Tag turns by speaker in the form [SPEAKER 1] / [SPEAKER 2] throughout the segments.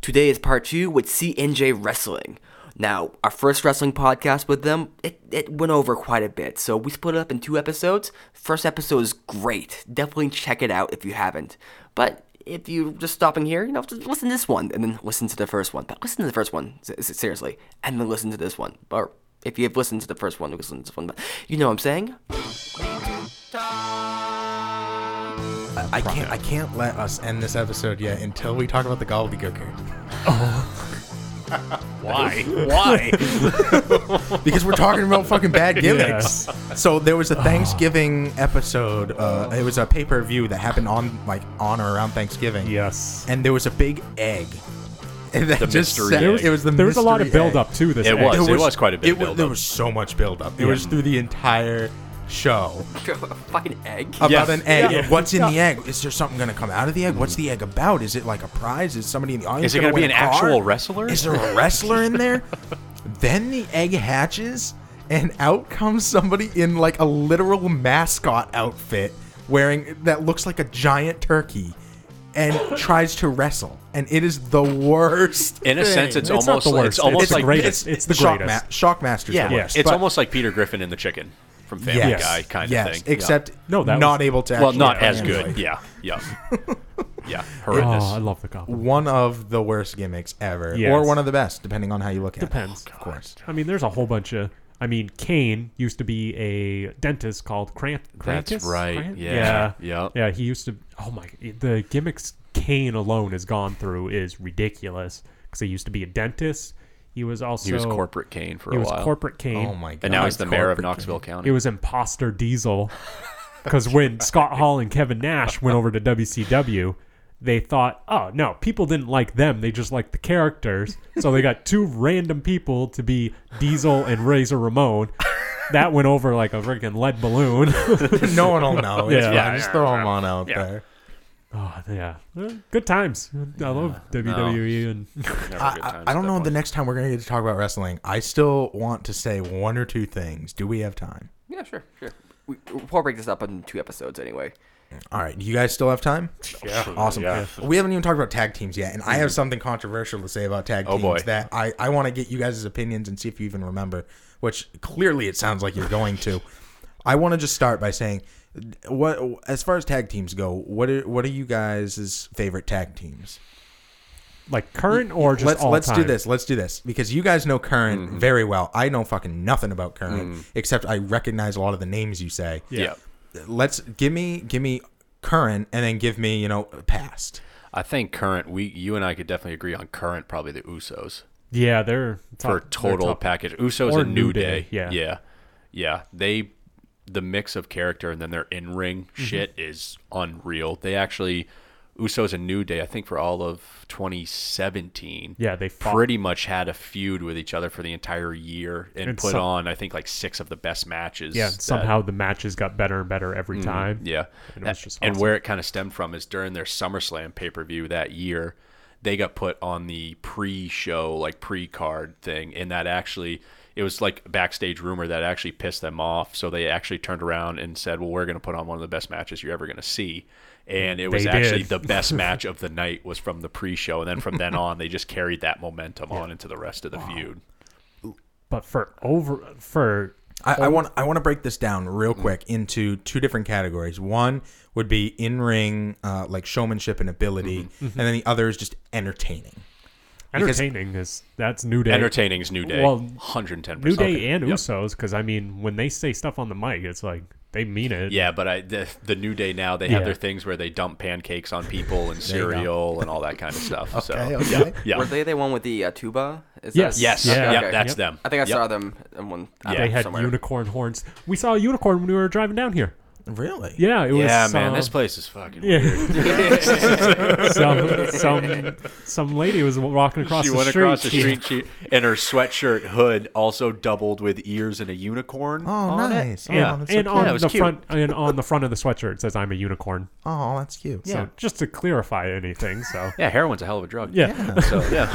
[SPEAKER 1] Today is part two with CNJ Wrestling. Now, our first wrestling podcast with them, it, it went over quite a bit, so we split it up in two episodes. First episode is great. Definitely check it out if you haven't. But if you're just stopping here, you know, just listen to this one and then listen to the first one. But listen to the first one, s- s- seriously, and then listen to this one. Or if you've listened to the first one, listen to this one. But you know what I'm saying?
[SPEAKER 2] I can't. I can't let us end this episode yet until we talk about the gobbledygooker
[SPEAKER 3] Why? Why?
[SPEAKER 2] because we're talking about fucking bad gimmicks. So there
[SPEAKER 4] Oh.
[SPEAKER 2] was a Thanksgiving episode. Uh, it was a pay per view that happened on like on or around Thanksgiving.
[SPEAKER 4] Yes.
[SPEAKER 2] And there was a big egg. And that
[SPEAKER 3] The
[SPEAKER 2] just
[SPEAKER 3] mystery
[SPEAKER 2] set-
[SPEAKER 3] egg.
[SPEAKER 2] It was the
[SPEAKER 4] there was a lot of
[SPEAKER 2] mystery
[SPEAKER 4] build
[SPEAKER 2] egg.
[SPEAKER 4] up to this.
[SPEAKER 3] It
[SPEAKER 4] egg.
[SPEAKER 3] was.
[SPEAKER 2] There
[SPEAKER 3] quite a bit
[SPEAKER 2] it
[SPEAKER 3] of
[SPEAKER 2] wa-
[SPEAKER 3] buildup.
[SPEAKER 2] There was so much buildup. It was
[SPEAKER 4] Yeah.
[SPEAKER 2] through the entire show
[SPEAKER 1] Fucking egg.
[SPEAKER 2] about
[SPEAKER 4] Yes.
[SPEAKER 2] an egg.
[SPEAKER 4] Yeah.
[SPEAKER 2] What's in the
[SPEAKER 4] Yeah.
[SPEAKER 2] egg? Is there something going to come out of the egg? What's the egg about? Is it like a prize? Is somebody in the audience?
[SPEAKER 3] Is it
[SPEAKER 2] going to
[SPEAKER 3] gonna be an actual wrestler?
[SPEAKER 2] Is there a wrestler in there? then the egg hatches, and out comes somebody in like a literal mascot outfit, wearing that looks like a giant turkey, and tries to wrestle. And it is the worst.
[SPEAKER 3] In a
[SPEAKER 2] thing.
[SPEAKER 3] sense, it's,
[SPEAKER 4] It's not
[SPEAKER 3] almost
[SPEAKER 4] the
[SPEAKER 3] like,
[SPEAKER 4] worst.
[SPEAKER 3] it's almost
[SPEAKER 4] It's the
[SPEAKER 3] like
[SPEAKER 4] greatest. It's the
[SPEAKER 2] shock
[SPEAKER 4] greatest.
[SPEAKER 2] Shockmaster's
[SPEAKER 3] Yeah,
[SPEAKER 2] the worst.
[SPEAKER 3] it's
[SPEAKER 2] but-
[SPEAKER 3] almost like Peter Griffin and the Chicken from Family
[SPEAKER 2] Yes.
[SPEAKER 3] Guy kind
[SPEAKER 2] yes,
[SPEAKER 3] of thing.
[SPEAKER 2] Except
[SPEAKER 4] No, that
[SPEAKER 2] not
[SPEAKER 4] was-
[SPEAKER 2] able to.
[SPEAKER 3] well,
[SPEAKER 2] actually
[SPEAKER 3] not as
[SPEAKER 2] translate.
[SPEAKER 3] good. Yeah, yeah, yeah.
[SPEAKER 4] Oh,
[SPEAKER 3] Horrendous.
[SPEAKER 4] I love the goblin.
[SPEAKER 2] One of the worst gimmicks ever,
[SPEAKER 4] Yes.
[SPEAKER 2] or one of the best, depending on how you look at
[SPEAKER 4] Depends.
[SPEAKER 2] it. Of course.
[SPEAKER 4] I mean, there's a whole bunch of. I mean, Kane used to be a dentist called Cramp.
[SPEAKER 3] That's
[SPEAKER 4] Krampus?
[SPEAKER 3] right,
[SPEAKER 4] Kran-
[SPEAKER 3] yeah,
[SPEAKER 4] Yeah.
[SPEAKER 3] yep.
[SPEAKER 4] Yeah. He used to. Oh my. The gimmicks Kane alone has gone through is ridiculous because he used to be a dentist. He was also
[SPEAKER 3] he was corporate Kane for
[SPEAKER 4] He
[SPEAKER 3] a
[SPEAKER 4] was
[SPEAKER 3] while.
[SPEAKER 4] corporate Kane.
[SPEAKER 2] Oh my god.
[SPEAKER 3] and now he's the mayor of
[SPEAKER 2] Corporate
[SPEAKER 3] Knoxville County.
[SPEAKER 4] It was imposter Diesel. Because when Scott Hall and Kevin Nash went over to WCW, they thought, oh, no, people didn't like them. They just liked the characters. So they got two random people to be Diesel and Razor Ramon. That went over like a freaking lead balloon.
[SPEAKER 2] King. no one will know. It's
[SPEAKER 4] Yeah.
[SPEAKER 2] fine.
[SPEAKER 3] Yeah.
[SPEAKER 2] Just throw him on out there.
[SPEAKER 4] oh, yeah. Good times. I love WWE. And
[SPEAKER 3] Never
[SPEAKER 2] I,
[SPEAKER 3] good
[SPEAKER 2] I-
[SPEAKER 3] times
[SPEAKER 2] I
[SPEAKER 3] at
[SPEAKER 2] don't
[SPEAKER 3] that
[SPEAKER 2] know the
[SPEAKER 3] point.
[SPEAKER 2] next time we're going to get to talk about wrestling. I still want to say one or two things. Do we have time?
[SPEAKER 1] Yeah, sure, sure. We, we'll probably break this up in two episodes anyway.
[SPEAKER 2] All right. You guys still have time? Yeah. Awesome. We haven't even talked about tag teams yet, and I have something controversial to say about tag
[SPEAKER 3] Oh,
[SPEAKER 2] teams
[SPEAKER 3] boy.
[SPEAKER 2] that I, I want to get you guys' opinions and see if you even remember, which clearly it sounds like you're going to. I want to just start by saying, what as far as tag teams go, what are what are you guys' favorite tag teams?
[SPEAKER 4] like current or just
[SPEAKER 2] let's
[SPEAKER 4] all
[SPEAKER 2] let's do
[SPEAKER 4] time?
[SPEAKER 2] this. Let's do this because you guys know current very well. I know fucking nothing about current except I recognize a lot of the names you say.
[SPEAKER 3] Yeah.
[SPEAKER 2] Let's give me give me current and then give me you know past.
[SPEAKER 3] I think current. We you and I could definitely agree on current. Probably the Usos
[SPEAKER 4] Yeah, they're top,
[SPEAKER 3] for
[SPEAKER 4] they're
[SPEAKER 3] total
[SPEAKER 4] top.
[SPEAKER 3] package. Usos
[SPEAKER 4] Or
[SPEAKER 3] and New
[SPEAKER 4] New
[SPEAKER 3] Day.
[SPEAKER 4] Day, yeah.
[SPEAKER 3] yeah, yeah. They the mix of character and then their in ring
[SPEAKER 4] Mm-hmm.
[SPEAKER 3] shit is unreal. They actually Usos and New Day. I think for all of 2017.
[SPEAKER 4] Yeah, they fought.
[SPEAKER 3] pretty much had a feud with each other for the entire year and,
[SPEAKER 4] And
[SPEAKER 3] put
[SPEAKER 4] some-
[SPEAKER 3] on I think like six of the best matches.
[SPEAKER 4] Yeah,
[SPEAKER 3] that-
[SPEAKER 4] somehow the matches got better and better
[SPEAKER 2] Mm,
[SPEAKER 4] every time.
[SPEAKER 3] yeah.
[SPEAKER 4] And
[SPEAKER 3] And,
[SPEAKER 4] it was just
[SPEAKER 3] and
[SPEAKER 4] awesome.
[SPEAKER 3] where it kind of stemmed from is during their SummerSlam pay per view that year, they got put on the pre show, like pre card thing. And that actually, it was like backstage rumor that actually pissed them off. So they actually turned around and said, well, we're going to put on one of the best matches you're ever going to see. And it was
[SPEAKER 4] They
[SPEAKER 3] actually
[SPEAKER 4] did.
[SPEAKER 3] the best match of the night was from the pre show. And then from then on, they just carried that momentum on into the rest of the feud.
[SPEAKER 4] But for over for
[SPEAKER 2] I, I want I want to break this down real quick into two different categories. One would be in ring, uh, like showmanship and ability, and then the other is just entertaining. Because-
[SPEAKER 4] entertaining is that's New Day.
[SPEAKER 3] Entertaining's New Day.
[SPEAKER 4] Well,
[SPEAKER 3] 110%.
[SPEAKER 4] New Day
[SPEAKER 3] Okay.
[SPEAKER 4] and
[SPEAKER 3] Yep.
[SPEAKER 4] Usos, because I mean, when they say stuff on the mic, it's like they mean it.
[SPEAKER 3] Yeah, but I the, the new day now they
[SPEAKER 4] Yeah.
[SPEAKER 3] have their things where they dump pancakes on people and cereal and all that kind of stuff.
[SPEAKER 2] Okay,
[SPEAKER 3] so
[SPEAKER 2] okay.
[SPEAKER 3] yeah,
[SPEAKER 1] Were
[SPEAKER 3] yeah.
[SPEAKER 1] they the one with the uh, tuba? Is
[SPEAKER 4] Yes.
[SPEAKER 3] yes,
[SPEAKER 4] Yeah.
[SPEAKER 3] yeah,
[SPEAKER 4] Okay.
[SPEAKER 3] that's
[SPEAKER 4] Yep.
[SPEAKER 3] them.
[SPEAKER 1] I think I
[SPEAKER 3] Yep.
[SPEAKER 1] saw them in one. I don't
[SPEAKER 4] They
[SPEAKER 1] know,
[SPEAKER 4] had
[SPEAKER 1] somewhere.
[SPEAKER 4] unicorn horns. We saw a unicorn when we were driving down here.
[SPEAKER 2] Really?
[SPEAKER 4] Yeah, it was.
[SPEAKER 3] Yeah, man,
[SPEAKER 4] um,
[SPEAKER 3] this place is fucking. weird.
[SPEAKER 4] Yeah. some some some lady was walking across
[SPEAKER 3] She
[SPEAKER 4] the
[SPEAKER 3] went
[SPEAKER 4] street.
[SPEAKER 3] across the street, she, and her sweatshirt hood also doubled with ears and a unicorn.
[SPEAKER 2] Oh, nice.
[SPEAKER 4] Yeah,
[SPEAKER 2] Oh, that's so cute.
[SPEAKER 4] and on
[SPEAKER 3] Yeah, it was
[SPEAKER 4] the
[SPEAKER 3] cute.
[SPEAKER 4] front and on the front of the sweatshirt it says I'm a unicorn.
[SPEAKER 2] oh, that's cute.
[SPEAKER 4] So just to clarify anything, so
[SPEAKER 3] Yeah, heroin's a hell of a drug.
[SPEAKER 4] yeah.
[SPEAKER 3] So yeah.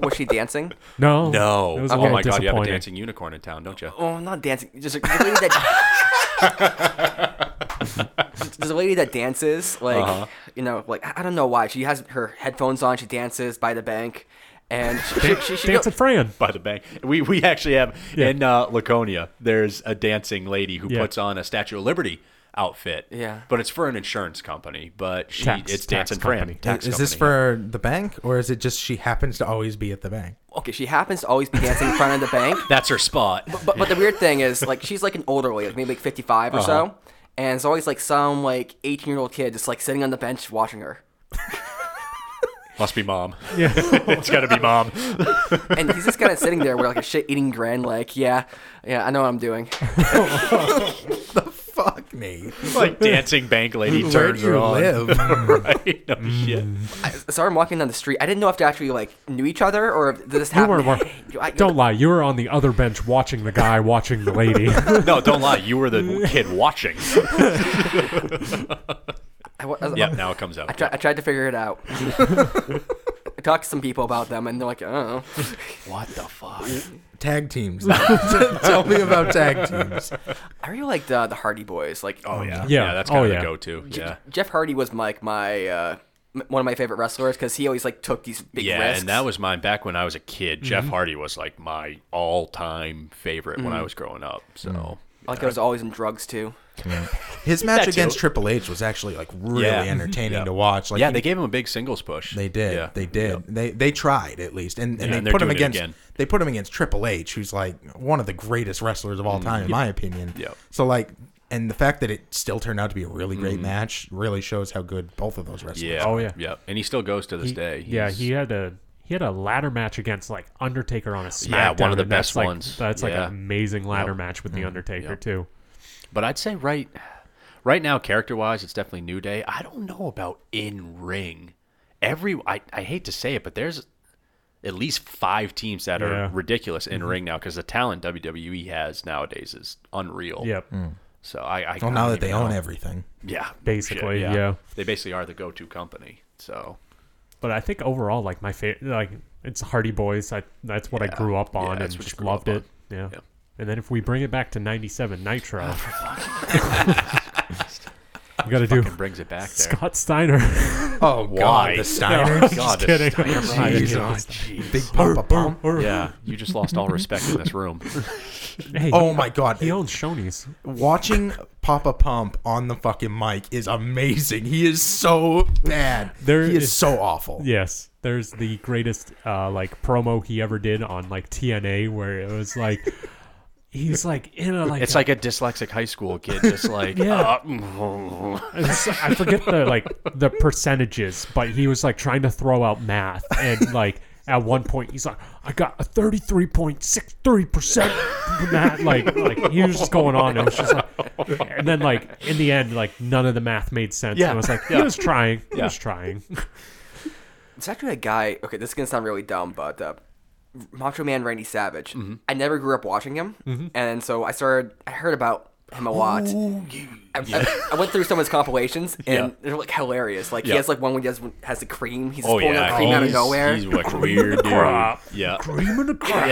[SPEAKER 1] Was she dancing?
[SPEAKER 4] No,
[SPEAKER 3] No.
[SPEAKER 4] It was a
[SPEAKER 3] oh
[SPEAKER 4] little
[SPEAKER 3] my god, you have a
[SPEAKER 4] disappointing.
[SPEAKER 3] dancing unicorn in town, don't you?
[SPEAKER 1] Oh, not dancing. Just like, the lady that. There's a lady that dances, like you know, like I I don't know why she has her headphones on. She dances by the bank, and she, she, she, she go-
[SPEAKER 4] Dance at Fran.
[SPEAKER 3] by the bank. We we actually have
[SPEAKER 4] Yeah.
[SPEAKER 3] in uh, Laconia. There's a dancing lady who
[SPEAKER 4] Yeah.
[SPEAKER 3] puts on a Statue of Liberty outfit.
[SPEAKER 1] Yeah.
[SPEAKER 3] but it's for an insurance company. But she
[SPEAKER 4] Tax-
[SPEAKER 3] it's
[SPEAKER 4] tax
[SPEAKER 3] dancing Fran.
[SPEAKER 4] company.
[SPEAKER 3] Tax
[SPEAKER 2] is this
[SPEAKER 3] company,
[SPEAKER 2] for the bank or is it just she happens to always be at the bank?
[SPEAKER 1] okay, she happens to always be dancing in front of the bank.
[SPEAKER 3] yeah. That's her spot.
[SPEAKER 1] But but the weird thing is, like, she's like an older lady, like maybe like 55 or so, and it's always like some like 18 year old kid just like sitting on the bench watching her.
[SPEAKER 3] Must be mom.
[SPEAKER 4] Yeah.
[SPEAKER 3] it's gotta be mom.
[SPEAKER 1] and he's just kind of sitting there with like a shit eating grin, like, yeah, yeah, I know what I'm doing.
[SPEAKER 2] Fuck me.
[SPEAKER 3] like dancing bank lady
[SPEAKER 2] Where
[SPEAKER 3] turns
[SPEAKER 2] do
[SPEAKER 3] her
[SPEAKER 2] you
[SPEAKER 3] on.
[SPEAKER 2] live?
[SPEAKER 3] right? No
[SPEAKER 4] Mm.
[SPEAKER 3] shit.
[SPEAKER 1] So I'm walking down the street. I didn't know if they actually like knew each other or if this
[SPEAKER 4] You
[SPEAKER 1] happened.
[SPEAKER 4] were, were-
[SPEAKER 1] I-
[SPEAKER 4] don't lie. You were on the other bench watching the guy watching the lady.
[SPEAKER 3] No, don't lie. You were the kid watching.
[SPEAKER 1] I, wa- I was-
[SPEAKER 3] Yep, now it comes out.
[SPEAKER 1] I, tri- I tried to figure it out. I talked to some people about them, and they're like, "Oh,
[SPEAKER 3] What the fuck?
[SPEAKER 2] tag teams. Tell me about tag teams.
[SPEAKER 1] I really liked uh, the Hardy Boys. Like,
[SPEAKER 3] Oh yeah, yeah.
[SPEAKER 4] Yeah.
[SPEAKER 3] that's
[SPEAKER 4] Oh,
[SPEAKER 3] kind of
[SPEAKER 4] yeah.
[SPEAKER 3] the go-to. Yeah.
[SPEAKER 1] Jeff Hardy was like my uh, m- one of my favorite wrestlers because he always like took these big
[SPEAKER 3] Yeah,
[SPEAKER 1] risks.
[SPEAKER 3] and that was mine back when I was a kid.
[SPEAKER 2] Mm-hmm.
[SPEAKER 3] Jeff Hardy was like my all-time favorite when I
[SPEAKER 2] Mm.
[SPEAKER 3] was growing up. So
[SPEAKER 1] like I was always in drugs too.
[SPEAKER 2] His match
[SPEAKER 3] too.
[SPEAKER 2] against Triple H was actually like really
[SPEAKER 3] Yeah.
[SPEAKER 2] entertaining
[SPEAKER 3] Yep.
[SPEAKER 2] to watch. Like
[SPEAKER 3] Mm-hmm. yeah,
[SPEAKER 2] he-
[SPEAKER 3] they gave him a big singles push.
[SPEAKER 2] They did.
[SPEAKER 3] Yeah.
[SPEAKER 2] They did. They they tried at least, and, and
[SPEAKER 3] Yeah,
[SPEAKER 2] they
[SPEAKER 3] and they're
[SPEAKER 2] put him
[SPEAKER 3] doing it
[SPEAKER 2] against.
[SPEAKER 3] again.
[SPEAKER 2] They put him against Triple H, who's like one of the greatest wrestlers of all
[SPEAKER 3] Mm-hmm.
[SPEAKER 2] time, in my opinion.
[SPEAKER 3] Yeah.
[SPEAKER 2] So like, and the fact that it still turned out to be a really great match really shows how good both of those wrestlers.
[SPEAKER 3] Mm-hmm. Yeah.
[SPEAKER 4] Oh, yeah.
[SPEAKER 3] Yeah. And he still goes to this day.
[SPEAKER 4] yeah,
[SPEAKER 3] He's-
[SPEAKER 4] he had a he had a ladder match against like Undertaker on a SmackDown.
[SPEAKER 3] Yeah, one of the
[SPEAKER 4] and that's,
[SPEAKER 3] best
[SPEAKER 4] like-
[SPEAKER 3] ones.
[SPEAKER 4] That's like
[SPEAKER 3] Yeah.
[SPEAKER 4] an amazing ladder
[SPEAKER 3] Yep. Mm.
[SPEAKER 4] match with the Undertaker
[SPEAKER 3] Yep.
[SPEAKER 4] too.
[SPEAKER 3] But I'd say right right now, character wise, it's definitely New Day. I don't know about in ring. Every I, I hate to say it, but there's at least five teams that
[SPEAKER 4] Yeah.
[SPEAKER 3] are ridiculous
[SPEAKER 2] Mm-hmm.
[SPEAKER 3] in ring now because the talent WWE has nowadays is unreal.
[SPEAKER 4] Yep.
[SPEAKER 3] So I, I
[SPEAKER 2] Well, now that they own everything,
[SPEAKER 3] yeah,
[SPEAKER 4] Basically, yeah.
[SPEAKER 3] they basically are the go-to company. So
[SPEAKER 4] But I think overall, like my favorite, like it's Hardy Boys. I that's what I
[SPEAKER 3] Yeah.
[SPEAKER 4] grew up
[SPEAKER 3] Yeah,
[SPEAKER 4] on
[SPEAKER 3] that's
[SPEAKER 4] and
[SPEAKER 3] what you
[SPEAKER 4] just
[SPEAKER 3] grew up
[SPEAKER 4] loved it. Yeah.
[SPEAKER 3] Yeah.
[SPEAKER 4] And then if we bring it back to '97
[SPEAKER 3] Oh,
[SPEAKER 4] Nitro, we got to do
[SPEAKER 3] it brings it back there.
[SPEAKER 4] Scott Steiner.
[SPEAKER 2] oh
[SPEAKER 3] Why? Oh,
[SPEAKER 2] god, the Steiners,
[SPEAKER 3] God, the
[SPEAKER 4] kidding.
[SPEAKER 3] Steiner
[SPEAKER 4] Jeez.
[SPEAKER 3] Ryan.
[SPEAKER 2] Oh,
[SPEAKER 3] Jeez.
[SPEAKER 2] big pump up bomb.
[SPEAKER 3] Yeah, you just lost all respect in this room.
[SPEAKER 4] Hey,
[SPEAKER 2] Oh
[SPEAKER 4] he-
[SPEAKER 2] my god,
[SPEAKER 4] He owns Shoney's.
[SPEAKER 2] watching Papa Pump on the fucking mic is amazing. He is so bad.
[SPEAKER 4] There
[SPEAKER 2] he is
[SPEAKER 4] is-
[SPEAKER 2] so awful.
[SPEAKER 4] Yes, there's the greatest uh, like promo he ever did on like TNA, where it was like he's like in a like
[SPEAKER 3] It's like a dyslexic high school kid, just like
[SPEAKER 4] Yeah.
[SPEAKER 3] uh,
[SPEAKER 4] It's- I forget the like the percentages, but he was like trying to throw out math and like at one point he's like, I got a thirty three point six three percent that like like he was just going on and it was just like and then like in the end like none of the math made sense.
[SPEAKER 3] Yeah.
[SPEAKER 4] And I was like, he
[SPEAKER 3] Yeah.
[SPEAKER 4] was trying. He
[SPEAKER 3] Yeah.
[SPEAKER 4] was trying.
[SPEAKER 1] It's actually a guy. Okay, this is gonna sound really dumb, but uh, Macho Man Randy Savage.
[SPEAKER 3] Mm-hmm.
[SPEAKER 1] I never grew up watching him, and so I started. I heard about him a lot. I, I, I went through some of his compilations, and
[SPEAKER 3] Oh, Yeah.
[SPEAKER 1] they're like hilarious. Like he
[SPEAKER 3] Yeah.
[SPEAKER 1] has like one where he has, has the cream. He's just
[SPEAKER 3] Oh
[SPEAKER 1] pulling
[SPEAKER 3] yeah,
[SPEAKER 1] out cream out of
[SPEAKER 3] he's-
[SPEAKER 1] nowhere.
[SPEAKER 3] He's like weird dude.
[SPEAKER 4] crop.
[SPEAKER 3] Yeah.
[SPEAKER 4] Cream in the crap.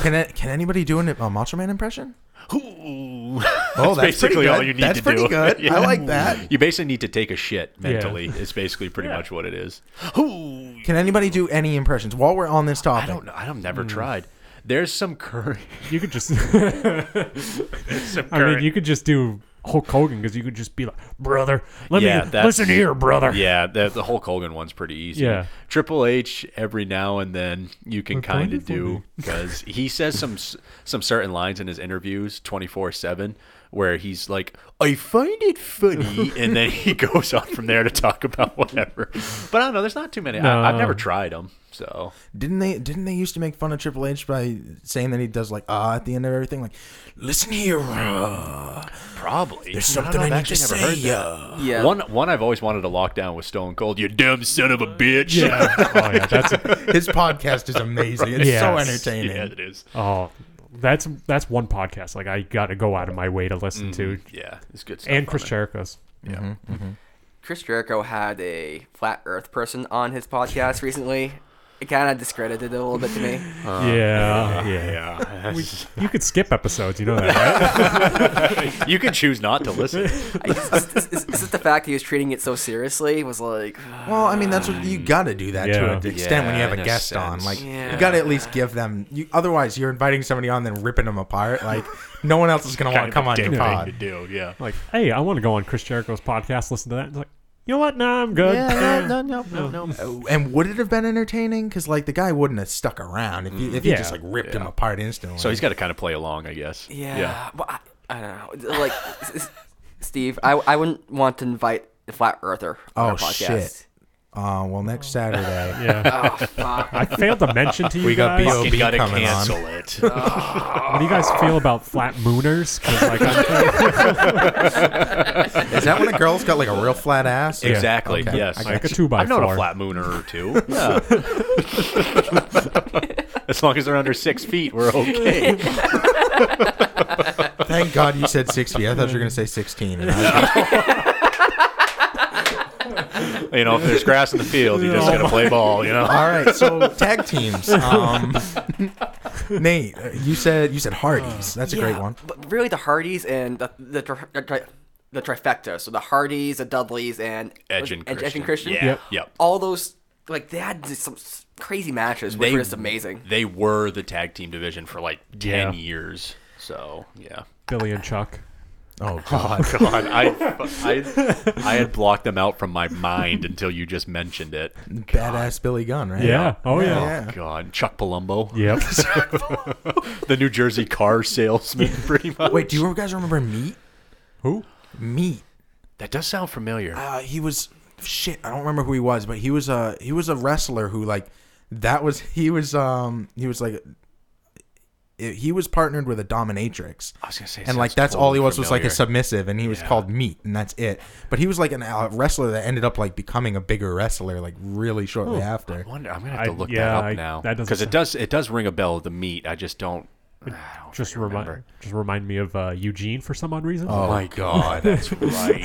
[SPEAKER 2] Can I, can anybody do an, a Macho Man impression?
[SPEAKER 3] Ooh.
[SPEAKER 2] Oh, that's pretty
[SPEAKER 3] basically
[SPEAKER 2] good.
[SPEAKER 3] all you need
[SPEAKER 2] That's
[SPEAKER 3] to do.
[SPEAKER 2] pretty good.
[SPEAKER 3] Yeah.
[SPEAKER 2] I like that.
[SPEAKER 3] You basically need to take a shit mentally. It's basically pretty much what it is. Ooh.
[SPEAKER 2] Can anybody do any impressions while we're on this topic?
[SPEAKER 3] I don't know. I've
[SPEAKER 4] Mm.
[SPEAKER 3] never tried. There's some current.
[SPEAKER 4] You could just
[SPEAKER 3] some
[SPEAKER 4] I mean
[SPEAKER 3] current-
[SPEAKER 4] you could just do Hulk Hogan because you could just be like, brother, let
[SPEAKER 3] Yeah,
[SPEAKER 4] me
[SPEAKER 3] that's-
[SPEAKER 4] listen here, brother.
[SPEAKER 3] yeah, the, the Hulk Hogan one's pretty easy.
[SPEAKER 4] Yeah.
[SPEAKER 3] Triple H every now and then you can
[SPEAKER 4] playing
[SPEAKER 3] kind of
[SPEAKER 4] it for
[SPEAKER 3] do
[SPEAKER 4] me.
[SPEAKER 3] because he says some s- some certain lines in his interviews twenty four seven where he's like, "I find it funny," and then he goes on from there to talk about whatever. But I don't know. There's not too many. I, I've
[SPEAKER 4] No.
[SPEAKER 3] never tried them, so
[SPEAKER 2] Didn't they? Didn't they used to make fun of Triple H by saying that he does like ah at the end of everything? Like, listen here, uh,
[SPEAKER 3] probably
[SPEAKER 2] there's
[SPEAKER 3] I don't
[SPEAKER 2] something
[SPEAKER 3] know,
[SPEAKER 2] I,
[SPEAKER 3] I've
[SPEAKER 2] need to
[SPEAKER 3] actually never
[SPEAKER 2] say.
[SPEAKER 3] heard that.
[SPEAKER 2] Yeah.
[SPEAKER 1] yeah,
[SPEAKER 3] One one I've always wanted to lock down was Stone Cold. You dumb son of a bitch.
[SPEAKER 4] Yeah. oh yeah, that's
[SPEAKER 2] His podcast is amazing. It's so
[SPEAKER 4] Yes.
[SPEAKER 2] entertaining.
[SPEAKER 3] yeah, it is.
[SPEAKER 4] Oh, that's that's one podcast. Like I got to go out of my way to listen to,
[SPEAKER 3] Yeah, it's good stuff.
[SPEAKER 4] and
[SPEAKER 3] on
[SPEAKER 4] Chris
[SPEAKER 3] it.
[SPEAKER 4] Jericho's.
[SPEAKER 1] Chris Jericho had a flat Earth person on his podcast recently. It kind of discredited it a little bit to me.
[SPEAKER 4] yeah, yeah.
[SPEAKER 3] Yeah.
[SPEAKER 4] You could skip episodes, you know that, right?
[SPEAKER 3] you can choose not to listen.
[SPEAKER 1] I- Is, is, is, is it the fact he was treating it so seriously? Was like,
[SPEAKER 2] Well, I mean, that's what you got to do that
[SPEAKER 4] Yeah.
[SPEAKER 2] to an extent when you
[SPEAKER 3] Yeah,
[SPEAKER 2] have a
[SPEAKER 3] in a
[SPEAKER 2] guest on.
[SPEAKER 3] sense.
[SPEAKER 2] Like,
[SPEAKER 1] Yeah.
[SPEAKER 2] you got to at least give them. You, otherwise, you're inviting somebody on, then ripping them apart. Like, no one else is going to want to come on your pod.
[SPEAKER 3] do, yeah.
[SPEAKER 4] Like, hey, I want to go on Chris Jericho's podcast, listen to that. It's like, you know what? Nah, I'm good. Yeah.
[SPEAKER 2] no, no, no, no. Oh, And would it have been entertaining? Because like the guy wouldn't have stuck around if you if you
[SPEAKER 4] Yeah.
[SPEAKER 2] just like ripped him
[SPEAKER 3] Yeah.
[SPEAKER 2] apart instantly.
[SPEAKER 3] So he's got to kind of play along, I guess.
[SPEAKER 1] yeah. Well, I, I don't know. Like, s- s- Steve, I, I wouldn't want to invite the flat earther on
[SPEAKER 2] Oh,
[SPEAKER 1] our podcast.
[SPEAKER 2] shit. uh, well, next Saturday.
[SPEAKER 1] Oh, fuck.
[SPEAKER 4] I failed to mention to you
[SPEAKER 2] We got
[SPEAKER 4] guys.
[SPEAKER 2] BO.
[SPEAKER 3] Fucking gotta
[SPEAKER 2] coming on.
[SPEAKER 3] cancel it.
[SPEAKER 4] What do you guys feel about flat mooners? 'Cause, like, I'm-
[SPEAKER 2] Is that when a girl's got like a real flat ass?
[SPEAKER 3] exactly.
[SPEAKER 2] Okay.
[SPEAKER 3] Yes.
[SPEAKER 2] I
[SPEAKER 4] like a two by
[SPEAKER 3] I've known
[SPEAKER 4] four.
[SPEAKER 3] a flat mooner or two. Yeah. as long as they're under six feet, we're okay.
[SPEAKER 2] Thank God you said six feet. I thought you were going to say sixteen. And I was-
[SPEAKER 3] you know, if there's grass in the field, you just gotta play ball. You know.
[SPEAKER 2] All right, so tag teams. Um, Nate, uh, you said you said Hardee's. That's a great
[SPEAKER 1] Yeah,
[SPEAKER 2] one.
[SPEAKER 1] But really, the Hardys and the the, tri- the, tri- the trifecta. So the Hardys, the Dudleys, and
[SPEAKER 3] Edge and
[SPEAKER 1] Ed-
[SPEAKER 3] Christian.
[SPEAKER 1] Christian.
[SPEAKER 3] Yeah. Yep. Yep.
[SPEAKER 1] All those like they had just some s- crazy matches, which
[SPEAKER 3] They-
[SPEAKER 1] were just amazing.
[SPEAKER 3] They were the tag team division for like ten
[SPEAKER 4] Yeah.
[SPEAKER 3] years. So yeah.
[SPEAKER 4] Billy and Chuck.
[SPEAKER 2] Oh God.
[SPEAKER 3] God, I, I, I had blocked them out from my mind until you just mentioned it.
[SPEAKER 2] Badass Billy Gunn, right?
[SPEAKER 4] Yeah. Oh, yeah.
[SPEAKER 2] Yeah.
[SPEAKER 3] God, Chuck Palumbo,
[SPEAKER 4] Yep.
[SPEAKER 3] the New Jersey car salesman, pretty much.
[SPEAKER 2] Wait, do you guys remember Meat?
[SPEAKER 4] Who?
[SPEAKER 2] Meat.
[SPEAKER 3] that does sound familiar.
[SPEAKER 2] Uh, he was shit. I don't remember who he was, but he was a he was a wrestler who like that was he was um he was like i- he was partnered with a dominatrix.
[SPEAKER 3] I was gonna say, it
[SPEAKER 2] and like
[SPEAKER 3] sounds
[SPEAKER 2] that's all he
[SPEAKER 3] totally
[SPEAKER 2] was was like a
[SPEAKER 3] familiar.
[SPEAKER 2] submissive, and he was
[SPEAKER 3] Yeah.
[SPEAKER 2] called Meat, and that's it. But he was like an uh, wrestler that ended up like becoming a bigger wrestler like really shortly after.
[SPEAKER 3] I wonder, I'm gonna have to
[SPEAKER 4] I-
[SPEAKER 3] look
[SPEAKER 4] yeah,
[SPEAKER 3] that up
[SPEAKER 4] I-
[SPEAKER 3] now
[SPEAKER 4] that doesn't
[SPEAKER 3] because it
[SPEAKER 4] sound-
[SPEAKER 3] does it does ring a bell. The meat, I just don't. I don't
[SPEAKER 4] Just
[SPEAKER 3] remember.
[SPEAKER 4] remind, just remind me of uh, Eugene for some odd reason.
[SPEAKER 3] Oh my god, that's right.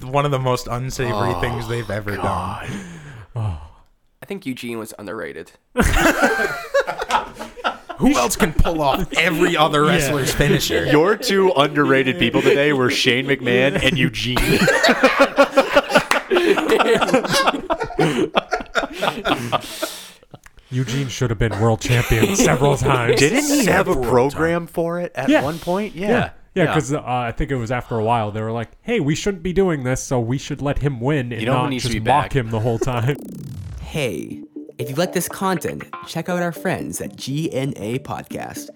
[SPEAKER 2] One of the most unsavory things they've ever done.
[SPEAKER 3] Oh, God.
[SPEAKER 1] I think Eugene was underrated.
[SPEAKER 2] Who else can pull off every other wrestler's finisher?
[SPEAKER 3] Your two underrated people today were Shane McMahon and Eugene.
[SPEAKER 4] Eugene should have been world champion several times.
[SPEAKER 3] Didn't he have a
[SPEAKER 2] Several
[SPEAKER 3] program for it at
[SPEAKER 4] Yeah.
[SPEAKER 3] one point?
[SPEAKER 4] Yeah.
[SPEAKER 3] Yeah.
[SPEAKER 4] Yeah, because uh, I think it was after a while they were like, "Hey, we shouldn't be doing this, so we should let him win and
[SPEAKER 3] know who
[SPEAKER 4] not
[SPEAKER 3] needs to
[SPEAKER 4] just
[SPEAKER 3] be
[SPEAKER 4] mock
[SPEAKER 3] back?
[SPEAKER 4] him the whole time."
[SPEAKER 1] Hey, if you like this content, check out our friends at GNA Podcast.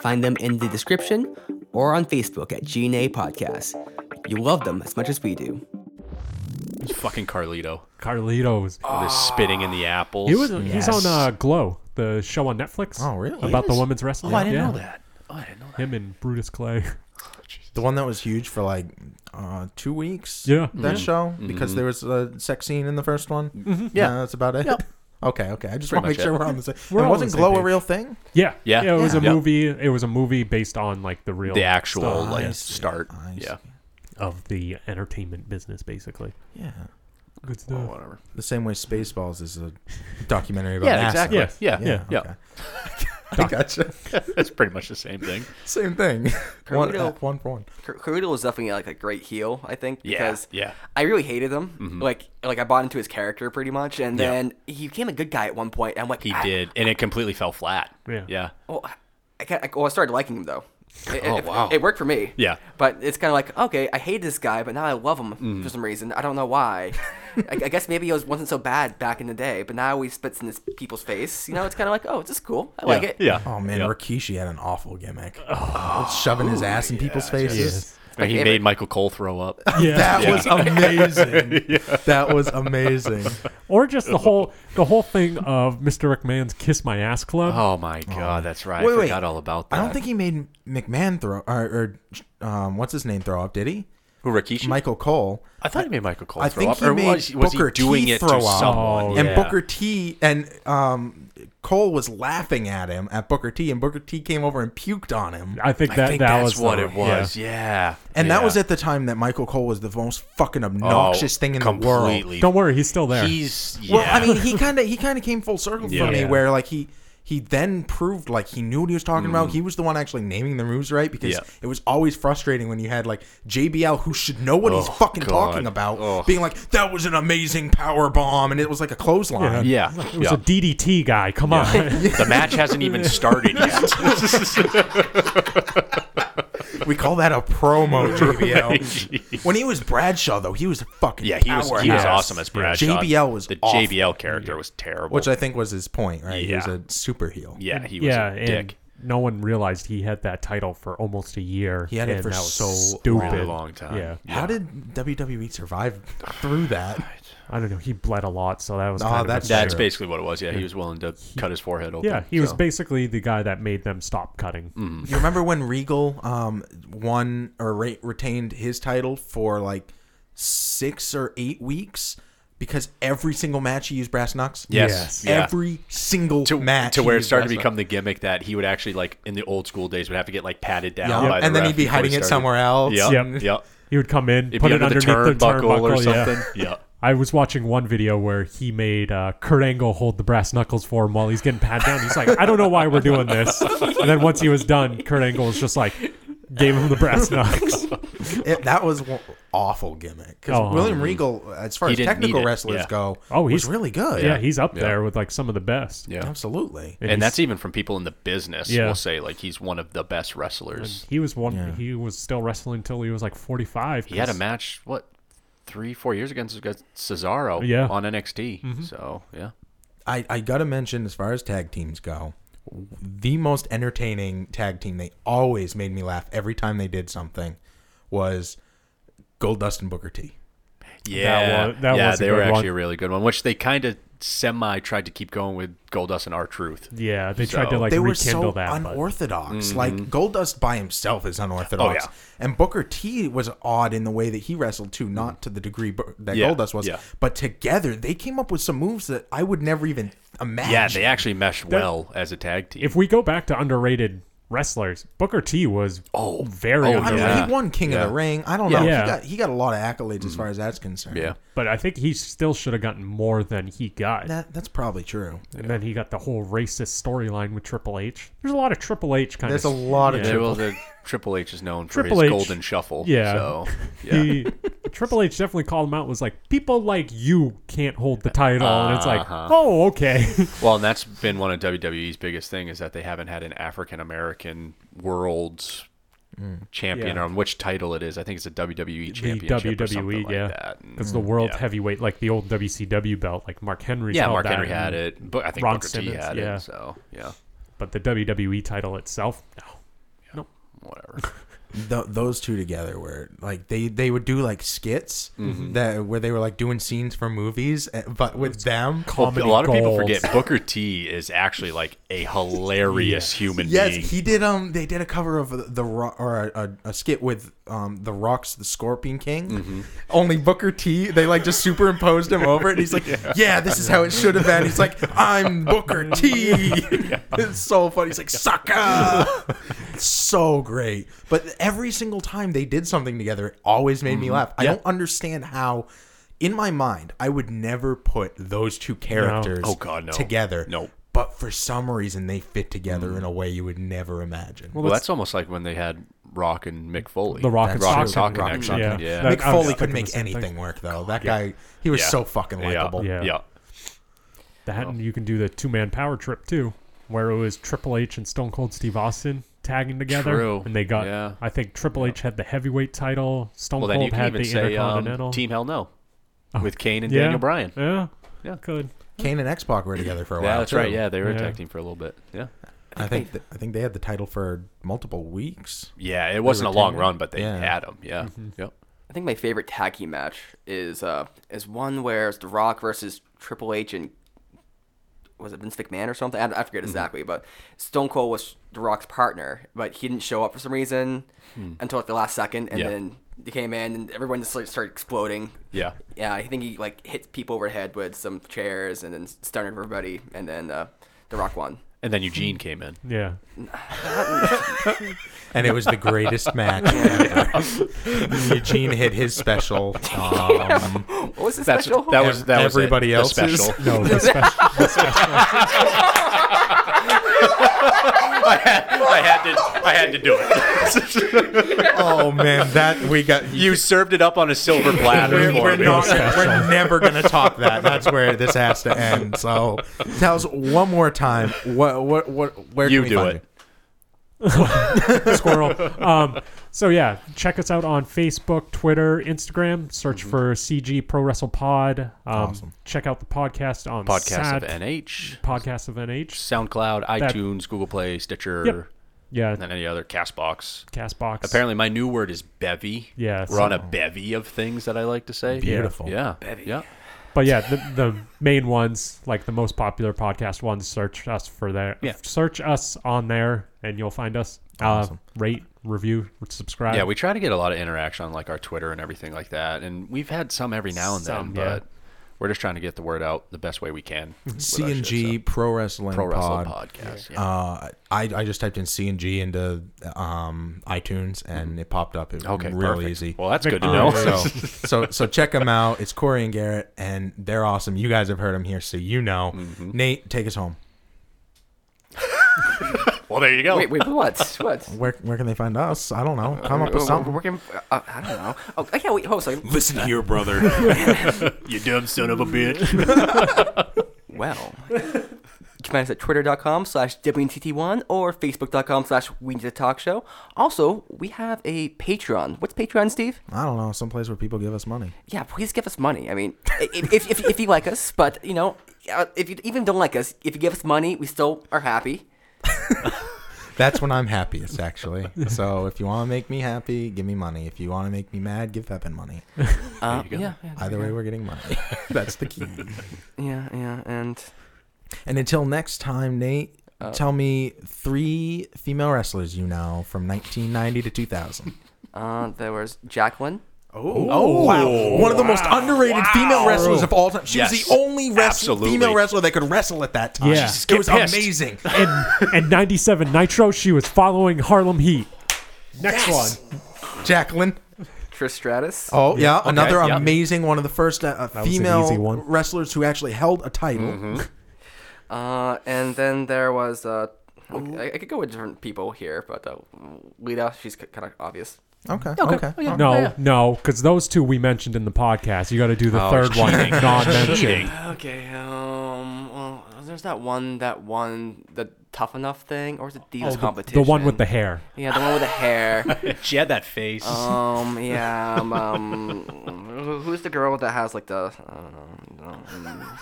[SPEAKER 1] Find them in the description or on Facebook at GNA Podcast. You love them as much as we do.
[SPEAKER 3] Fucking Carlito.
[SPEAKER 4] Carlitos.
[SPEAKER 3] The spitting in the apples.
[SPEAKER 4] Ah. He was he's on uh, Glow, the show on Netflix.
[SPEAKER 2] Oh, really?
[SPEAKER 4] About
[SPEAKER 2] He
[SPEAKER 4] the
[SPEAKER 2] is?
[SPEAKER 4] women's wrestling.
[SPEAKER 3] Oh, I didn't
[SPEAKER 4] Yeah.
[SPEAKER 3] know that. Oh, I didn't know that.
[SPEAKER 4] Him and Brutus Clay.
[SPEAKER 2] The one that was huge for like uh, two weeks.
[SPEAKER 4] Yeah. Mm-hmm.
[SPEAKER 2] That show
[SPEAKER 3] Mm-hmm.
[SPEAKER 2] because there was a sex scene in the first one. Yeah, that's about it. Okay, okay. I just want to
[SPEAKER 3] much
[SPEAKER 2] make sure
[SPEAKER 3] it.
[SPEAKER 2] we're on the same.
[SPEAKER 4] We're
[SPEAKER 2] and
[SPEAKER 4] all on the
[SPEAKER 2] wasn't
[SPEAKER 4] same
[SPEAKER 2] Glow a
[SPEAKER 4] page.
[SPEAKER 2] real thing?
[SPEAKER 4] yeah.
[SPEAKER 3] Yeah.
[SPEAKER 4] It was a
[SPEAKER 3] Yeah.
[SPEAKER 4] movie. It was a movie based on like the real
[SPEAKER 3] The actual like
[SPEAKER 2] see.
[SPEAKER 3] start.
[SPEAKER 2] I
[SPEAKER 3] Yeah.
[SPEAKER 2] see.
[SPEAKER 4] of the entertainment business, basically.
[SPEAKER 2] Yeah.
[SPEAKER 4] Good stuff.
[SPEAKER 3] Whatever.
[SPEAKER 2] The same way Spaceballs is a documentary about
[SPEAKER 3] Yeah,
[SPEAKER 2] NASA.
[SPEAKER 3] exactly.
[SPEAKER 4] Yeah.
[SPEAKER 3] Yeah. Yeah.
[SPEAKER 2] Yeah. okay. I gotcha.
[SPEAKER 3] That's pretty much the same thing.
[SPEAKER 2] Same thing. one,
[SPEAKER 1] Carlito.
[SPEAKER 2] uh, one for one.
[SPEAKER 1] Car- Carlito was definitely like a great heel, I think,
[SPEAKER 3] Yeah,
[SPEAKER 1] because
[SPEAKER 3] yeah. Mm-hmm.
[SPEAKER 1] I really hated him. Like, like I bought into his character pretty much, and
[SPEAKER 3] Yeah.
[SPEAKER 1] then he became a good guy at one point. And I'm like,
[SPEAKER 3] He
[SPEAKER 1] I,
[SPEAKER 3] did, and it completely fell flat.
[SPEAKER 4] Yeah.
[SPEAKER 3] Yeah.
[SPEAKER 1] Well, I, can't, I, well, I started liking him though. It,
[SPEAKER 3] Oh,
[SPEAKER 1] it-
[SPEAKER 3] wow.
[SPEAKER 1] It worked for me.
[SPEAKER 3] Yeah.
[SPEAKER 1] But it's kind of like, okay, I hate this guy, but now I love him
[SPEAKER 3] Mm-hmm.
[SPEAKER 1] for some reason. I don't know why. I, I guess maybe he was, wasn't so bad back in the day, but now he spits in this people's face. You know, it's kind of like, oh, this is cool. I like
[SPEAKER 3] yeah.
[SPEAKER 1] it.
[SPEAKER 4] Uh,
[SPEAKER 3] Yeah.
[SPEAKER 2] Oh man,
[SPEAKER 3] Yeah.
[SPEAKER 2] Rikishi had an awful gimmick. shoving his ass
[SPEAKER 3] Oh,
[SPEAKER 2] in people's faces.
[SPEAKER 4] Oh. Yes.
[SPEAKER 3] And he
[SPEAKER 1] favorite.
[SPEAKER 3] made Michael Cole throw up.
[SPEAKER 4] Yeah.
[SPEAKER 2] That was amazing. That was amazing.
[SPEAKER 4] or just the whole the whole thing of Mr. McMahon's Kiss My Ass Club.
[SPEAKER 3] Oh my god, that's right.
[SPEAKER 2] Wait,
[SPEAKER 3] I
[SPEAKER 2] wait.
[SPEAKER 3] forgot all about that.
[SPEAKER 2] I don't think he made McMahon throw or, or um, what's his name throw up? Did he?
[SPEAKER 3] who Rikishi.
[SPEAKER 2] Michael Cole.
[SPEAKER 3] I thought he made Michael Cole
[SPEAKER 2] I
[SPEAKER 3] throw
[SPEAKER 2] think
[SPEAKER 3] up.
[SPEAKER 2] he
[SPEAKER 3] or
[SPEAKER 2] made
[SPEAKER 3] was, was he
[SPEAKER 2] Booker
[SPEAKER 3] doing
[SPEAKER 2] T
[SPEAKER 3] it
[SPEAKER 2] throw
[SPEAKER 3] to
[SPEAKER 2] up.
[SPEAKER 3] someone?
[SPEAKER 4] Oh,
[SPEAKER 2] and
[SPEAKER 3] Yeah.
[SPEAKER 2] Booker T and um, Cole was laughing at him at Booker T, and Booker T came over and puked on him.
[SPEAKER 4] I think
[SPEAKER 3] I
[SPEAKER 4] that
[SPEAKER 3] think
[SPEAKER 4] that
[SPEAKER 3] that's
[SPEAKER 4] was uh,
[SPEAKER 3] what
[SPEAKER 4] the-
[SPEAKER 3] it was. Yeah.
[SPEAKER 2] And that
[SPEAKER 3] Yeah.
[SPEAKER 2] was at the time that Michael Cole was the most fucking obnoxious
[SPEAKER 3] Oh,
[SPEAKER 2] thing in the world.
[SPEAKER 3] completely.
[SPEAKER 4] yeah. Don't worry, he's still there.
[SPEAKER 3] He's yeah.
[SPEAKER 2] Well, I mean, he kind of he kind of came full circle
[SPEAKER 3] Yeah.
[SPEAKER 2] for me,
[SPEAKER 4] Yeah.
[SPEAKER 2] where like he he then proved like he knew what he was talking about. He was the one actually naming the moves right because
[SPEAKER 3] Mm. Yeah.
[SPEAKER 2] it was always frustrating when you had like JBL who should know what he's
[SPEAKER 3] Oh,
[SPEAKER 2] fucking
[SPEAKER 3] God.
[SPEAKER 2] talking about,
[SPEAKER 3] Oh.
[SPEAKER 2] being like that was an amazing power bomb, and it was like a clothesline.
[SPEAKER 3] yeah.
[SPEAKER 4] it was
[SPEAKER 3] uh, yeah.
[SPEAKER 4] a DDT guy. Come on.
[SPEAKER 3] the match hasn't even started yet.
[SPEAKER 2] We call that a promo, JBL. When he was Bradshaw though, he was a fucking
[SPEAKER 3] yeah, he was he was
[SPEAKER 2] powerhouse.
[SPEAKER 3] awesome as Bradshaw.
[SPEAKER 2] JBL was
[SPEAKER 3] the
[SPEAKER 2] awful.
[SPEAKER 3] JBL character was terrible.
[SPEAKER 2] which I think was his point, right? He was
[SPEAKER 3] Yeah.
[SPEAKER 2] a super heel.
[SPEAKER 3] yeah, he was
[SPEAKER 4] yeah,
[SPEAKER 3] a
[SPEAKER 4] and
[SPEAKER 3] dick.
[SPEAKER 4] no one realized he had that title for almost a year.
[SPEAKER 2] He had it
[SPEAKER 4] and
[SPEAKER 2] for
[SPEAKER 4] that was
[SPEAKER 2] so
[SPEAKER 4] stupid.
[SPEAKER 3] Really long time.
[SPEAKER 4] Yeah.
[SPEAKER 2] How did WWE survive through that?
[SPEAKER 4] I don't know. He bled a lot, so that was.
[SPEAKER 2] Nah,
[SPEAKER 4] kind of
[SPEAKER 2] that's-
[SPEAKER 4] a-
[SPEAKER 3] That's basically what it was. Yeah, he was willing to cut his forehead open.
[SPEAKER 4] yeah. He was
[SPEAKER 3] so. Mm-hmm.
[SPEAKER 4] basically the guy that made them stop cutting.
[SPEAKER 2] You remember when Regal um, won or re- retained his title for like six or eight weeks because every single match he used brass knucks.
[SPEAKER 3] Yes.
[SPEAKER 4] Yes.
[SPEAKER 3] Yeah.
[SPEAKER 2] every single
[SPEAKER 3] to,
[SPEAKER 2] match
[SPEAKER 3] to
[SPEAKER 2] he
[SPEAKER 3] where it
[SPEAKER 2] used
[SPEAKER 3] started to
[SPEAKER 2] brass
[SPEAKER 3] become the gimmick that he would actually like in the old school days would have to get like patted down
[SPEAKER 2] knucks. Yeah.
[SPEAKER 3] by the
[SPEAKER 2] and then
[SPEAKER 3] ref
[SPEAKER 2] he'd be
[SPEAKER 3] before he
[SPEAKER 2] hiding it
[SPEAKER 3] started.
[SPEAKER 2] somewhere else.
[SPEAKER 3] Yep,
[SPEAKER 4] Yep.
[SPEAKER 3] yep.
[SPEAKER 4] He would come in,
[SPEAKER 3] It'd
[SPEAKER 4] put
[SPEAKER 3] be
[SPEAKER 4] it
[SPEAKER 3] under
[SPEAKER 4] underneath
[SPEAKER 3] the turnbuckle, or
[SPEAKER 4] yeah.
[SPEAKER 3] something. yeah.
[SPEAKER 4] I was watching one video where he made uh, Kurt Angle hold the brass knuckles for him while he's getting pat down. He's like, I don't know why we're doing this. And then once he was done, Kurt Angle was just like, gave him the brass knucks.
[SPEAKER 2] It- that was one awful gimmick because
[SPEAKER 4] Oh,
[SPEAKER 2] William Regal, as far
[SPEAKER 3] He
[SPEAKER 2] as
[SPEAKER 3] didn't
[SPEAKER 2] technical
[SPEAKER 3] need it,
[SPEAKER 2] wrestlers
[SPEAKER 3] yeah.
[SPEAKER 2] go,
[SPEAKER 4] Oh,
[SPEAKER 2] was
[SPEAKER 4] he's-
[SPEAKER 2] really good.
[SPEAKER 4] yeah, he's up
[SPEAKER 3] Yeah.
[SPEAKER 4] there with like some of the best.
[SPEAKER 3] Yeah.
[SPEAKER 2] absolutely.
[SPEAKER 3] And that's even from people in the business.
[SPEAKER 4] Yeah.
[SPEAKER 3] We'll say like he's one of the best wrestlers.
[SPEAKER 4] He was one. He was still wrestling until he was like 45.
[SPEAKER 3] He had a
[SPEAKER 4] 'cause-
[SPEAKER 3] match what three, four years against against Cesaro
[SPEAKER 4] Yeah. Mm-hmm.
[SPEAKER 3] on NXT. So yeah.
[SPEAKER 2] I, I gotta mention as far as tag teams go, the most entertaining tag team they always made me laugh every time they did something was Goldust and Booker T.
[SPEAKER 3] Yeah,
[SPEAKER 4] wa- that
[SPEAKER 3] yeah,
[SPEAKER 4] was a
[SPEAKER 3] they were
[SPEAKER 4] good one.
[SPEAKER 3] actually a really good one, which they kind of semi tried to keep going with Goldust and R Truth.
[SPEAKER 4] Yeah, they tried to
[SPEAKER 3] So-
[SPEAKER 4] like
[SPEAKER 2] They were so
[SPEAKER 4] rekindle that. but-
[SPEAKER 2] unorthodox. Like Goldust by himself is unorthodox,
[SPEAKER 3] Mm-hmm. Oh, yeah.
[SPEAKER 2] and Booker T was odd in the way that he wrestled too, not to the degree Bu- that
[SPEAKER 3] Yeah,
[SPEAKER 2] Goldust was,
[SPEAKER 3] yeah.
[SPEAKER 2] but together they came up with some moves that I would never even imagine.
[SPEAKER 3] Yeah, they actually meshed well as a tag team.
[SPEAKER 4] if we go back to underrated wrestlers, Booker T was oh very
[SPEAKER 2] I
[SPEAKER 3] oh,
[SPEAKER 2] mean,
[SPEAKER 4] underrated.
[SPEAKER 3] Yeah.
[SPEAKER 2] he won King
[SPEAKER 3] Yeah. Mm-hmm.
[SPEAKER 2] of the Ring. I don't
[SPEAKER 4] Yeah.
[SPEAKER 2] know.
[SPEAKER 4] Yeah.
[SPEAKER 2] He got he got a lot of accolades as far as that's concerned.
[SPEAKER 3] yeah,
[SPEAKER 4] But I think he still should have gotten more than he got.
[SPEAKER 2] That, that's probably true.
[SPEAKER 4] And then he got the whole racist storyline with Triple H. There's a lot of Triple H kind
[SPEAKER 2] There's a
[SPEAKER 4] of.
[SPEAKER 2] lot of
[SPEAKER 4] Yeah.
[SPEAKER 3] Well, the Triple H is known for
[SPEAKER 4] Triple
[SPEAKER 3] his
[SPEAKER 4] H.
[SPEAKER 3] golden shuffle.
[SPEAKER 4] Yeah.
[SPEAKER 3] So, yeah.
[SPEAKER 4] He, Triple H definitely called him out. Was like, people like you can't hold the title, and it's like,
[SPEAKER 3] Uh-huh.
[SPEAKER 4] oh, okay.
[SPEAKER 3] well, and that's been one of WWE's biggest thing is that they haven't had an African American world champion
[SPEAKER 4] Mm. Yeah.
[SPEAKER 3] on which title it is. I think it's a WWE
[SPEAKER 4] the
[SPEAKER 3] championship or something
[SPEAKER 4] WWE,
[SPEAKER 3] like
[SPEAKER 4] E, yeah,
[SPEAKER 3] that. Mm,
[SPEAKER 4] because the world
[SPEAKER 3] yeah.
[SPEAKER 4] heavyweight, like the old WCW belt, like Mark Henry.
[SPEAKER 3] yeah,
[SPEAKER 4] held
[SPEAKER 3] Mark
[SPEAKER 4] that
[SPEAKER 3] Henry
[SPEAKER 4] and-
[SPEAKER 3] had it, but I think
[SPEAKER 4] Ron
[SPEAKER 3] Booker T
[SPEAKER 4] Simmons,
[SPEAKER 3] had
[SPEAKER 4] yeah.
[SPEAKER 3] it. So yeah,
[SPEAKER 4] but the WWE title itself, no.
[SPEAKER 3] whatever.
[SPEAKER 2] Th- those two together were like they they would do like skits that where they were like doing scenes from movies, eh, but with them.
[SPEAKER 3] Well,
[SPEAKER 4] Comedy
[SPEAKER 3] a lot of people
[SPEAKER 4] gold.
[SPEAKER 3] forget Booker T is actually like a hilarious human
[SPEAKER 2] Yes,
[SPEAKER 3] being.
[SPEAKER 2] he did. Um, they did a cover of the, the Ro- or a, a, a skit with um the Rock's the Scorpion King.
[SPEAKER 3] Mm-hmm.
[SPEAKER 2] Only Booker T. They like just superimposed him over it. And he's like, yeah. this is how it should have been." He's like, "I'm Booker T." It's so funny. He's like, "Sucker!" so great. But every single time they did something together, it always made
[SPEAKER 3] Mm-hmm.
[SPEAKER 2] me laugh. I don't understand how. In my mind, I would never put those two characters
[SPEAKER 3] Oh, God, no.
[SPEAKER 2] together.
[SPEAKER 3] Nope.
[SPEAKER 2] But for some reason, they fit together in a way you would never imagine.
[SPEAKER 3] well, that's almost like when they had Rock and Mick Foley.
[SPEAKER 4] The Rock and
[SPEAKER 2] Rock
[SPEAKER 4] Sock
[SPEAKER 2] and
[SPEAKER 3] Sock
[SPEAKER 2] Rock and
[SPEAKER 3] connection.
[SPEAKER 4] Sock,
[SPEAKER 3] yeah.
[SPEAKER 4] That-
[SPEAKER 2] Mick
[SPEAKER 4] I was
[SPEAKER 2] Foley could
[SPEAKER 4] thinking the
[SPEAKER 2] make
[SPEAKER 4] same thing.
[SPEAKER 2] anything work, though. That guy, he was
[SPEAKER 3] Yeah.
[SPEAKER 2] so fucking likable.
[SPEAKER 3] Yeah.
[SPEAKER 4] Yeah.
[SPEAKER 3] yeah. Oh.
[SPEAKER 4] That and you can do the two man power trip too, where it was Triple H and Stone Cold Steve Austin tagging together,
[SPEAKER 3] True.
[SPEAKER 4] and they got.
[SPEAKER 3] Yeah.
[SPEAKER 4] I think Triple H had the heavyweight title. Stone
[SPEAKER 3] Well, then you
[SPEAKER 4] Cold
[SPEAKER 3] can
[SPEAKER 4] had
[SPEAKER 3] even
[SPEAKER 4] the
[SPEAKER 3] say
[SPEAKER 4] Intercontinental.
[SPEAKER 3] um, Team Hell No with Kane and
[SPEAKER 4] yeah.
[SPEAKER 3] Daniel Bryan.
[SPEAKER 4] Yeah.
[SPEAKER 3] Yeah.
[SPEAKER 4] Good.
[SPEAKER 2] Kane and X Pac were together for a while.
[SPEAKER 3] Yeah, that's
[SPEAKER 2] too.
[SPEAKER 3] right. Yeah, they were
[SPEAKER 4] Yeah.
[SPEAKER 3] attacking for a little bit. Yeah.
[SPEAKER 2] I think th- I think they had the title for multiple weeks.
[SPEAKER 3] Yeah, it wasn't a long
[SPEAKER 2] retaining-
[SPEAKER 3] run, but they
[SPEAKER 2] Yeah.
[SPEAKER 3] had him. Yeah. Yep.
[SPEAKER 1] I think my favorite tag team match is uh is one where it's The Rock versus Triple H and was it Vince McMahon or something? I, I forget
[SPEAKER 3] Mm-hmm.
[SPEAKER 1] exactly, but Stone Cold was The Rock's partner, but he didn't show up for some reason until like the last second, and
[SPEAKER 3] Hmm. Yeah.
[SPEAKER 1] then he came in and everyone just like, started exploding.
[SPEAKER 3] Yeah.
[SPEAKER 1] Yeah, I think he like hit people over the head with some chairs and then stunned everybody, and then uh, The Rock won.
[SPEAKER 3] And then Eugene came in.
[SPEAKER 4] Yeah.
[SPEAKER 2] and it was the greatest match. ever. Eugene hit his special. Um,
[SPEAKER 1] What was the
[SPEAKER 3] That's
[SPEAKER 1] special?
[SPEAKER 3] that was that
[SPEAKER 2] Everybody
[SPEAKER 3] was it, the
[SPEAKER 2] else's?
[SPEAKER 3] special.
[SPEAKER 4] No, the special.
[SPEAKER 3] I had to I had to do it.
[SPEAKER 2] oh man, that we got.
[SPEAKER 3] you served it up on a silver platter
[SPEAKER 2] we're,
[SPEAKER 3] for
[SPEAKER 2] we're
[SPEAKER 3] me.
[SPEAKER 2] not, we're never gonna top that. That's where this has to end. So tell us one more time. What what what? Where
[SPEAKER 3] You
[SPEAKER 2] can we
[SPEAKER 3] do
[SPEAKER 2] find
[SPEAKER 3] it.
[SPEAKER 4] squirrel. Um, so yeah, check us out on Facebook, Twitter, Instagram. Search
[SPEAKER 3] Mm-hmm.
[SPEAKER 4] for CG Pro Wrestle Pod. Um,
[SPEAKER 2] Awesome.
[SPEAKER 4] Check out the podcast on
[SPEAKER 3] Podcast
[SPEAKER 4] Sat-
[SPEAKER 3] of NH,
[SPEAKER 4] Podcast of NH.
[SPEAKER 3] SoundCloud, iTunes, Google Play, Stitcher,
[SPEAKER 4] Yep. Yeah,
[SPEAKER 3] and then any other Castbox.
[SPEAKER 4] Castbox.
[SPEAKER 3] Apparently, my new word is bevy.
[SPEAKER 4] Yeah,
[SPEAKER 3] we're on a bevy of things that I like to say.
[SPEAKER 2] Beautiful.
[SPEAKER 3] Yeah, yeah.
[SPEAKER 4] but yeah, the, the main ones, like the most popular podcast ones, search us for there.
[SPEAKER 3] Yeah.
[SPEAKER 4] Search us on there, and you'll find us. Uh, Rate, review, subscribe.
[SPEAKER 3] Yeah, we try to get a lot of interaction on like our Twitter and everything like that, and we've had some every now and
[SPEAKER 4] Some,
[SPEAKER 3] then,
[SPEAKER 4] yeah.
[SPEAKER 3] but we're just trying to get the word out the best way we can. with our shit,
[SPEAKER 2] CNG
[SPEAKER 3] so.
[SPEAKER 2] Pro Wrestling
[SPEAKER 3] Pro Wrestling
[SPEAKER 2] Pod.
[SPEAKER 3] Podcast. Yeah.
[SPEAKER 2] Uh, I, I just typed in CNG into um, iTunes and it popped up. It was
[SPEAKER 3] Mm-hmm. okay,
[SPEAKER 2] real
[SPEAKER 3] perfect.
[SPEAKER 2] easy.
[SPEAKER 3] Well, that's good to
[SPEAKER 4] Um,
[SPEAKER 3] know.
[SPEAKER 2] so so so check them out. It's Corey and Garrett, and they're awesome. You guys have heard them here, so you know.
[SPEAKER 3] Mm-hmm.
[SPEAKER 2] Nate, take us home.
[SPEAKER 3] well, there you go.
[SPEAKER 1] Wait, wait, what? What?
[SPEAKER 2] Where where can they find us? I don't know. Come up with
[SPEAKER 1] We're
[SPEAKER 2] something.
[SPEAKER 1] working. Uh, I don't know. Oh, I can't wait. Hold on a second.
[SPEAKER 3] Listen here, brother. you dumb son of a bitch.
[SPEAKER 1] Well, you can find us at twitter.com slash WNTT1 or facebook.com slash We Need to Talk Show. Also, we have a Patreon. What's Patreon, Steve?
[SPEAKER 2] I don't know. Someplace where people give us money.
[SPEAKER 1] Yeah, please give us money. I mean, i- if, if, if you like us, but, you know, uh, if you even don't like us, if you give us money, we still are happy.
[SPEAKER 2] That's when I'm happiest, actually. So if you want to make me happy, give me money. If you want to make me mad, give Pepin money.
[SPEAKER 1] Uh,
[SPEAKER 3] you go.
[SPEAKER 1] yeah, yeah,
[SPEAKER 2] Either way, we're getting money. That's the key.
[SPEAKER 1] yeah, yeah, and
[SPEAKER 2] And until next time, Nate,
[SPEAKER 4] Uh,
[SPEAKER 2] tell me three female wrestlers you know from 1990 to 2000.
[SPEAKER 1] uh, there was Jacqueline.
[SPEAKER 2] Oh, wow. One of the most underrated female wrestlers of all time. She was
[SPEAKER 3] Yes.
[SPEAKER 2] the only wrestler,
[SPEAKER 3] Absolutely.
[SPEAKER 2] female wrestler that could wrestle at that time.
[SPEAKER 4] Yeah. Jesus,
[SPEAKER 2] It
[SPEAKER 3] get
[SPEAKER 2] was
[SPEAKER 3] pissed.
[SPEAKER 2] amazing.
[SPEAKER 4] and, and 97 Nitro, she was following Harlem Heat. Next
[SPEAKER 2] Yes.
[SPEAKER 4] one.
[SPEAKER 2] Jacqueline.
[SPEAKER 1] Trish Stratus.
[SPEAKER 2] Oh, yeah. another
[SPEAKER 3] yeah.
[SPEAKER 2] amazing one of the first uh, uh,
[SPEAKER 4] was an
[SPEAKER 2] female
[SPEAKER 4] easy one.
[SPEAKER 2] wrestlers who actually held a title.
[SPEAKER 3] Mm-hmm. Oh.
[SPEAKER 1] Uh, and then there was, uh, I, I could go with different people here, but uh, Lita, she's kind of obvious.
[SPEAKER 2] Okay. Okay. Oh,
[SPEAKER 4] No, no, because those two we mentioned in the podcast. You got to do the third one,
[SPEAKER 3] Oh, cheating.
[SPEAKER 4] not mentioned.
[SPEAKER 3] Cheating.
[SPEAKER 1] Okay, um, well, there's that one that won the tough enough thing, or was it Divas
[SPEAKER 4] Oh, The
[SPEAKER 1] competition?
[SPEAKER 4] one with the hair.
[SPEAKER 1] Yeah, the one with the hair.
[SPEAKER 3] She had that face.
[SPEAKER 1] um, yeah, um, um, who- who's the girl that has like the? I don't know. um,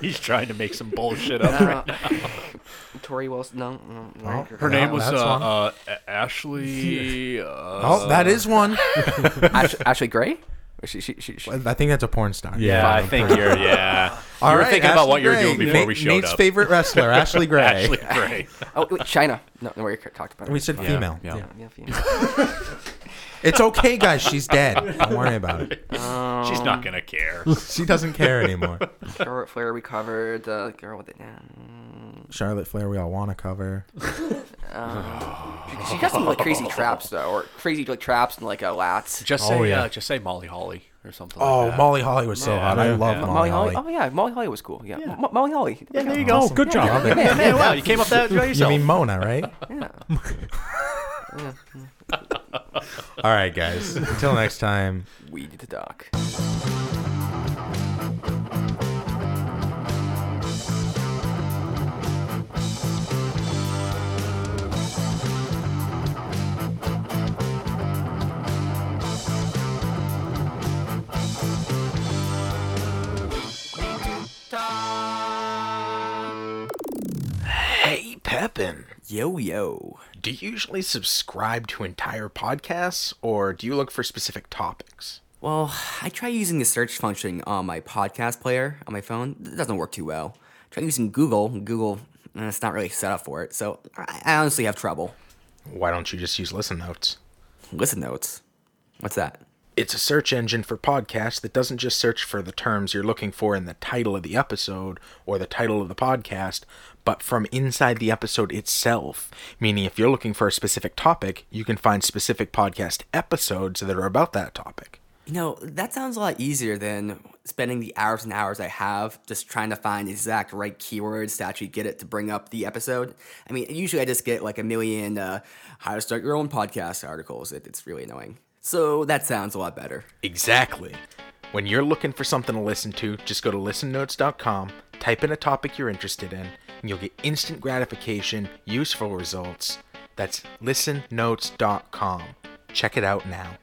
[SPEAKER 3] He's trying to make some bullshit up.
[SPEAKER 1] uh, Tori Wilson. No, no, no
[SPEAKER 3] Her name was uh,
[SPEAKER 2] that's one.
[SPEAKER 3] uh, A- Ashley. Uh,
[SPEAKER 2] Oh, that is one.
[SPEAKER 1] Ash- Ashley Gray. Or She, she, she, she.
[SPEAKER 2] I think that's a porn star.
[SPEAKER 3] yeah, I
[SPEAKER 2] Fine.
[SPEAKER 3] think you're. Yeah,
[SPEAKER 2] All
[SPEAKER 3] you were
[SPEAKER 2] right,
[SPEAKER 3] thinking about
[SPEAKER 2] Ashley
[SPEAKER 3] what you were
[SPEAKER 2] Gray.
[SPEAKER 3] doing before we
[SPEAKER 2] Nate-
[SPEAKER 3] showed
[SPEAKER 2] Nate's
[SPEAKER 3] up.
[SPEAKER 2] favorite wrestler, Ashley Gray.
[SPEAKER 3] Ashley Gray.
[SPEAKER 1] Oh, wait, China. No, no, we talked about.
[SPEAKER 2] We
[SPEAKER 1] it.
[SPEAKER 2] said
[SPEAKER 3] Yeah,
[SPEAKER 2] female.
[SPEAKER 3] yeah.
[SPEAKER 1] Yeah, female.
[SPEAKER 2] It's okay, guys. She's dead. Don't worry about it.
[SPEAKER 3] She's not gonna care.
[SPEAKER 2] She doesn't care anymore.
[SPEAKER 1] Charlotte Flair. We covered the girl with it. Yeah.
[SPEAKER 2] Charlotte Flair, we all want to cover.
[SPEAKER 1] She got some like crazy traps though, or crazy like traps and like uh, lats.
[SPEAKER 3] Just say,
[SPEAKER 4] Oh, yeah.
[SPEAKER 3] uh, just say Molly Holly or something.
[SPEAKER 2] Oh,
[SPEAKER 3] like that.
[SPEAKER 2] Molly Holly was so hot. I
[SPEAKER 4] Yeah.
[SPEAKER 2] love
[SPEAKER 3] Yeah.
[SPEAKER 2] Molly, Holly.
[SPEAKER 1] Oh yeah, Molly Holly was cool. Yeah, Mo- Molly Holly. Yeah,
[SPEAKER 3] There you
[SPEAKER 4] Oh,
[SPEAKER 3] go.
[SPEAKER 4] good job.
[SPEAKER 2] Love it.
[SPEAKER 3] Yeah, man, wow, you came up that by
[SPEAKER 2] You
[SPEAKER 3] yourself.
[SPEAKER 2] mean Mona, right?
[SPEAKER 1] yeah.
[SPEAKER 2] All right, guys. Until next time.
[SPEAKER 1] We did the doc.
[SPEAKER 5] Hey, Pepin,
[SPEAKER 1] Yo yo.
[SPEAKER 5] do you usually subscribe to entire podcasts or do you look for specific topics?
[SPEAKER 6] Well, I try using the search function on my podcast player on my phone. It doesn't work too well. Try using Google. Google, eh, it's not really set up for it. So I I honestly have trouble.
[SPEAKER 5] Why don't you just use Listen Notes?
[SPEAKER 6] Listen notes. What's that?
[SPEAKER 2] It's a search engine for podcasts that doesn't just search for the terms you're looking for in the title of the episode or the title of the podcast, but from inside the episode itself. Meaning, if you're looking for a specific topic, you can find specific podcast episodes that are about that topic.
[SPEAKER 1] You know, that sounds a lot easier than spending the hours and hours I have just trying to find exact right keywords to actually get it to bring up the episode. I mean, usually I just get like a million uh, how to start your own podcast articles. It, it's really annoying. So that sounds a lot better.
[SPEAKER 2] Exactly. When you're looking for something to listen to, just go to listennotes.com, type in a topic you're interested in, and you'll get instant gratification, useful results. That's listennotes.com. Check it out now.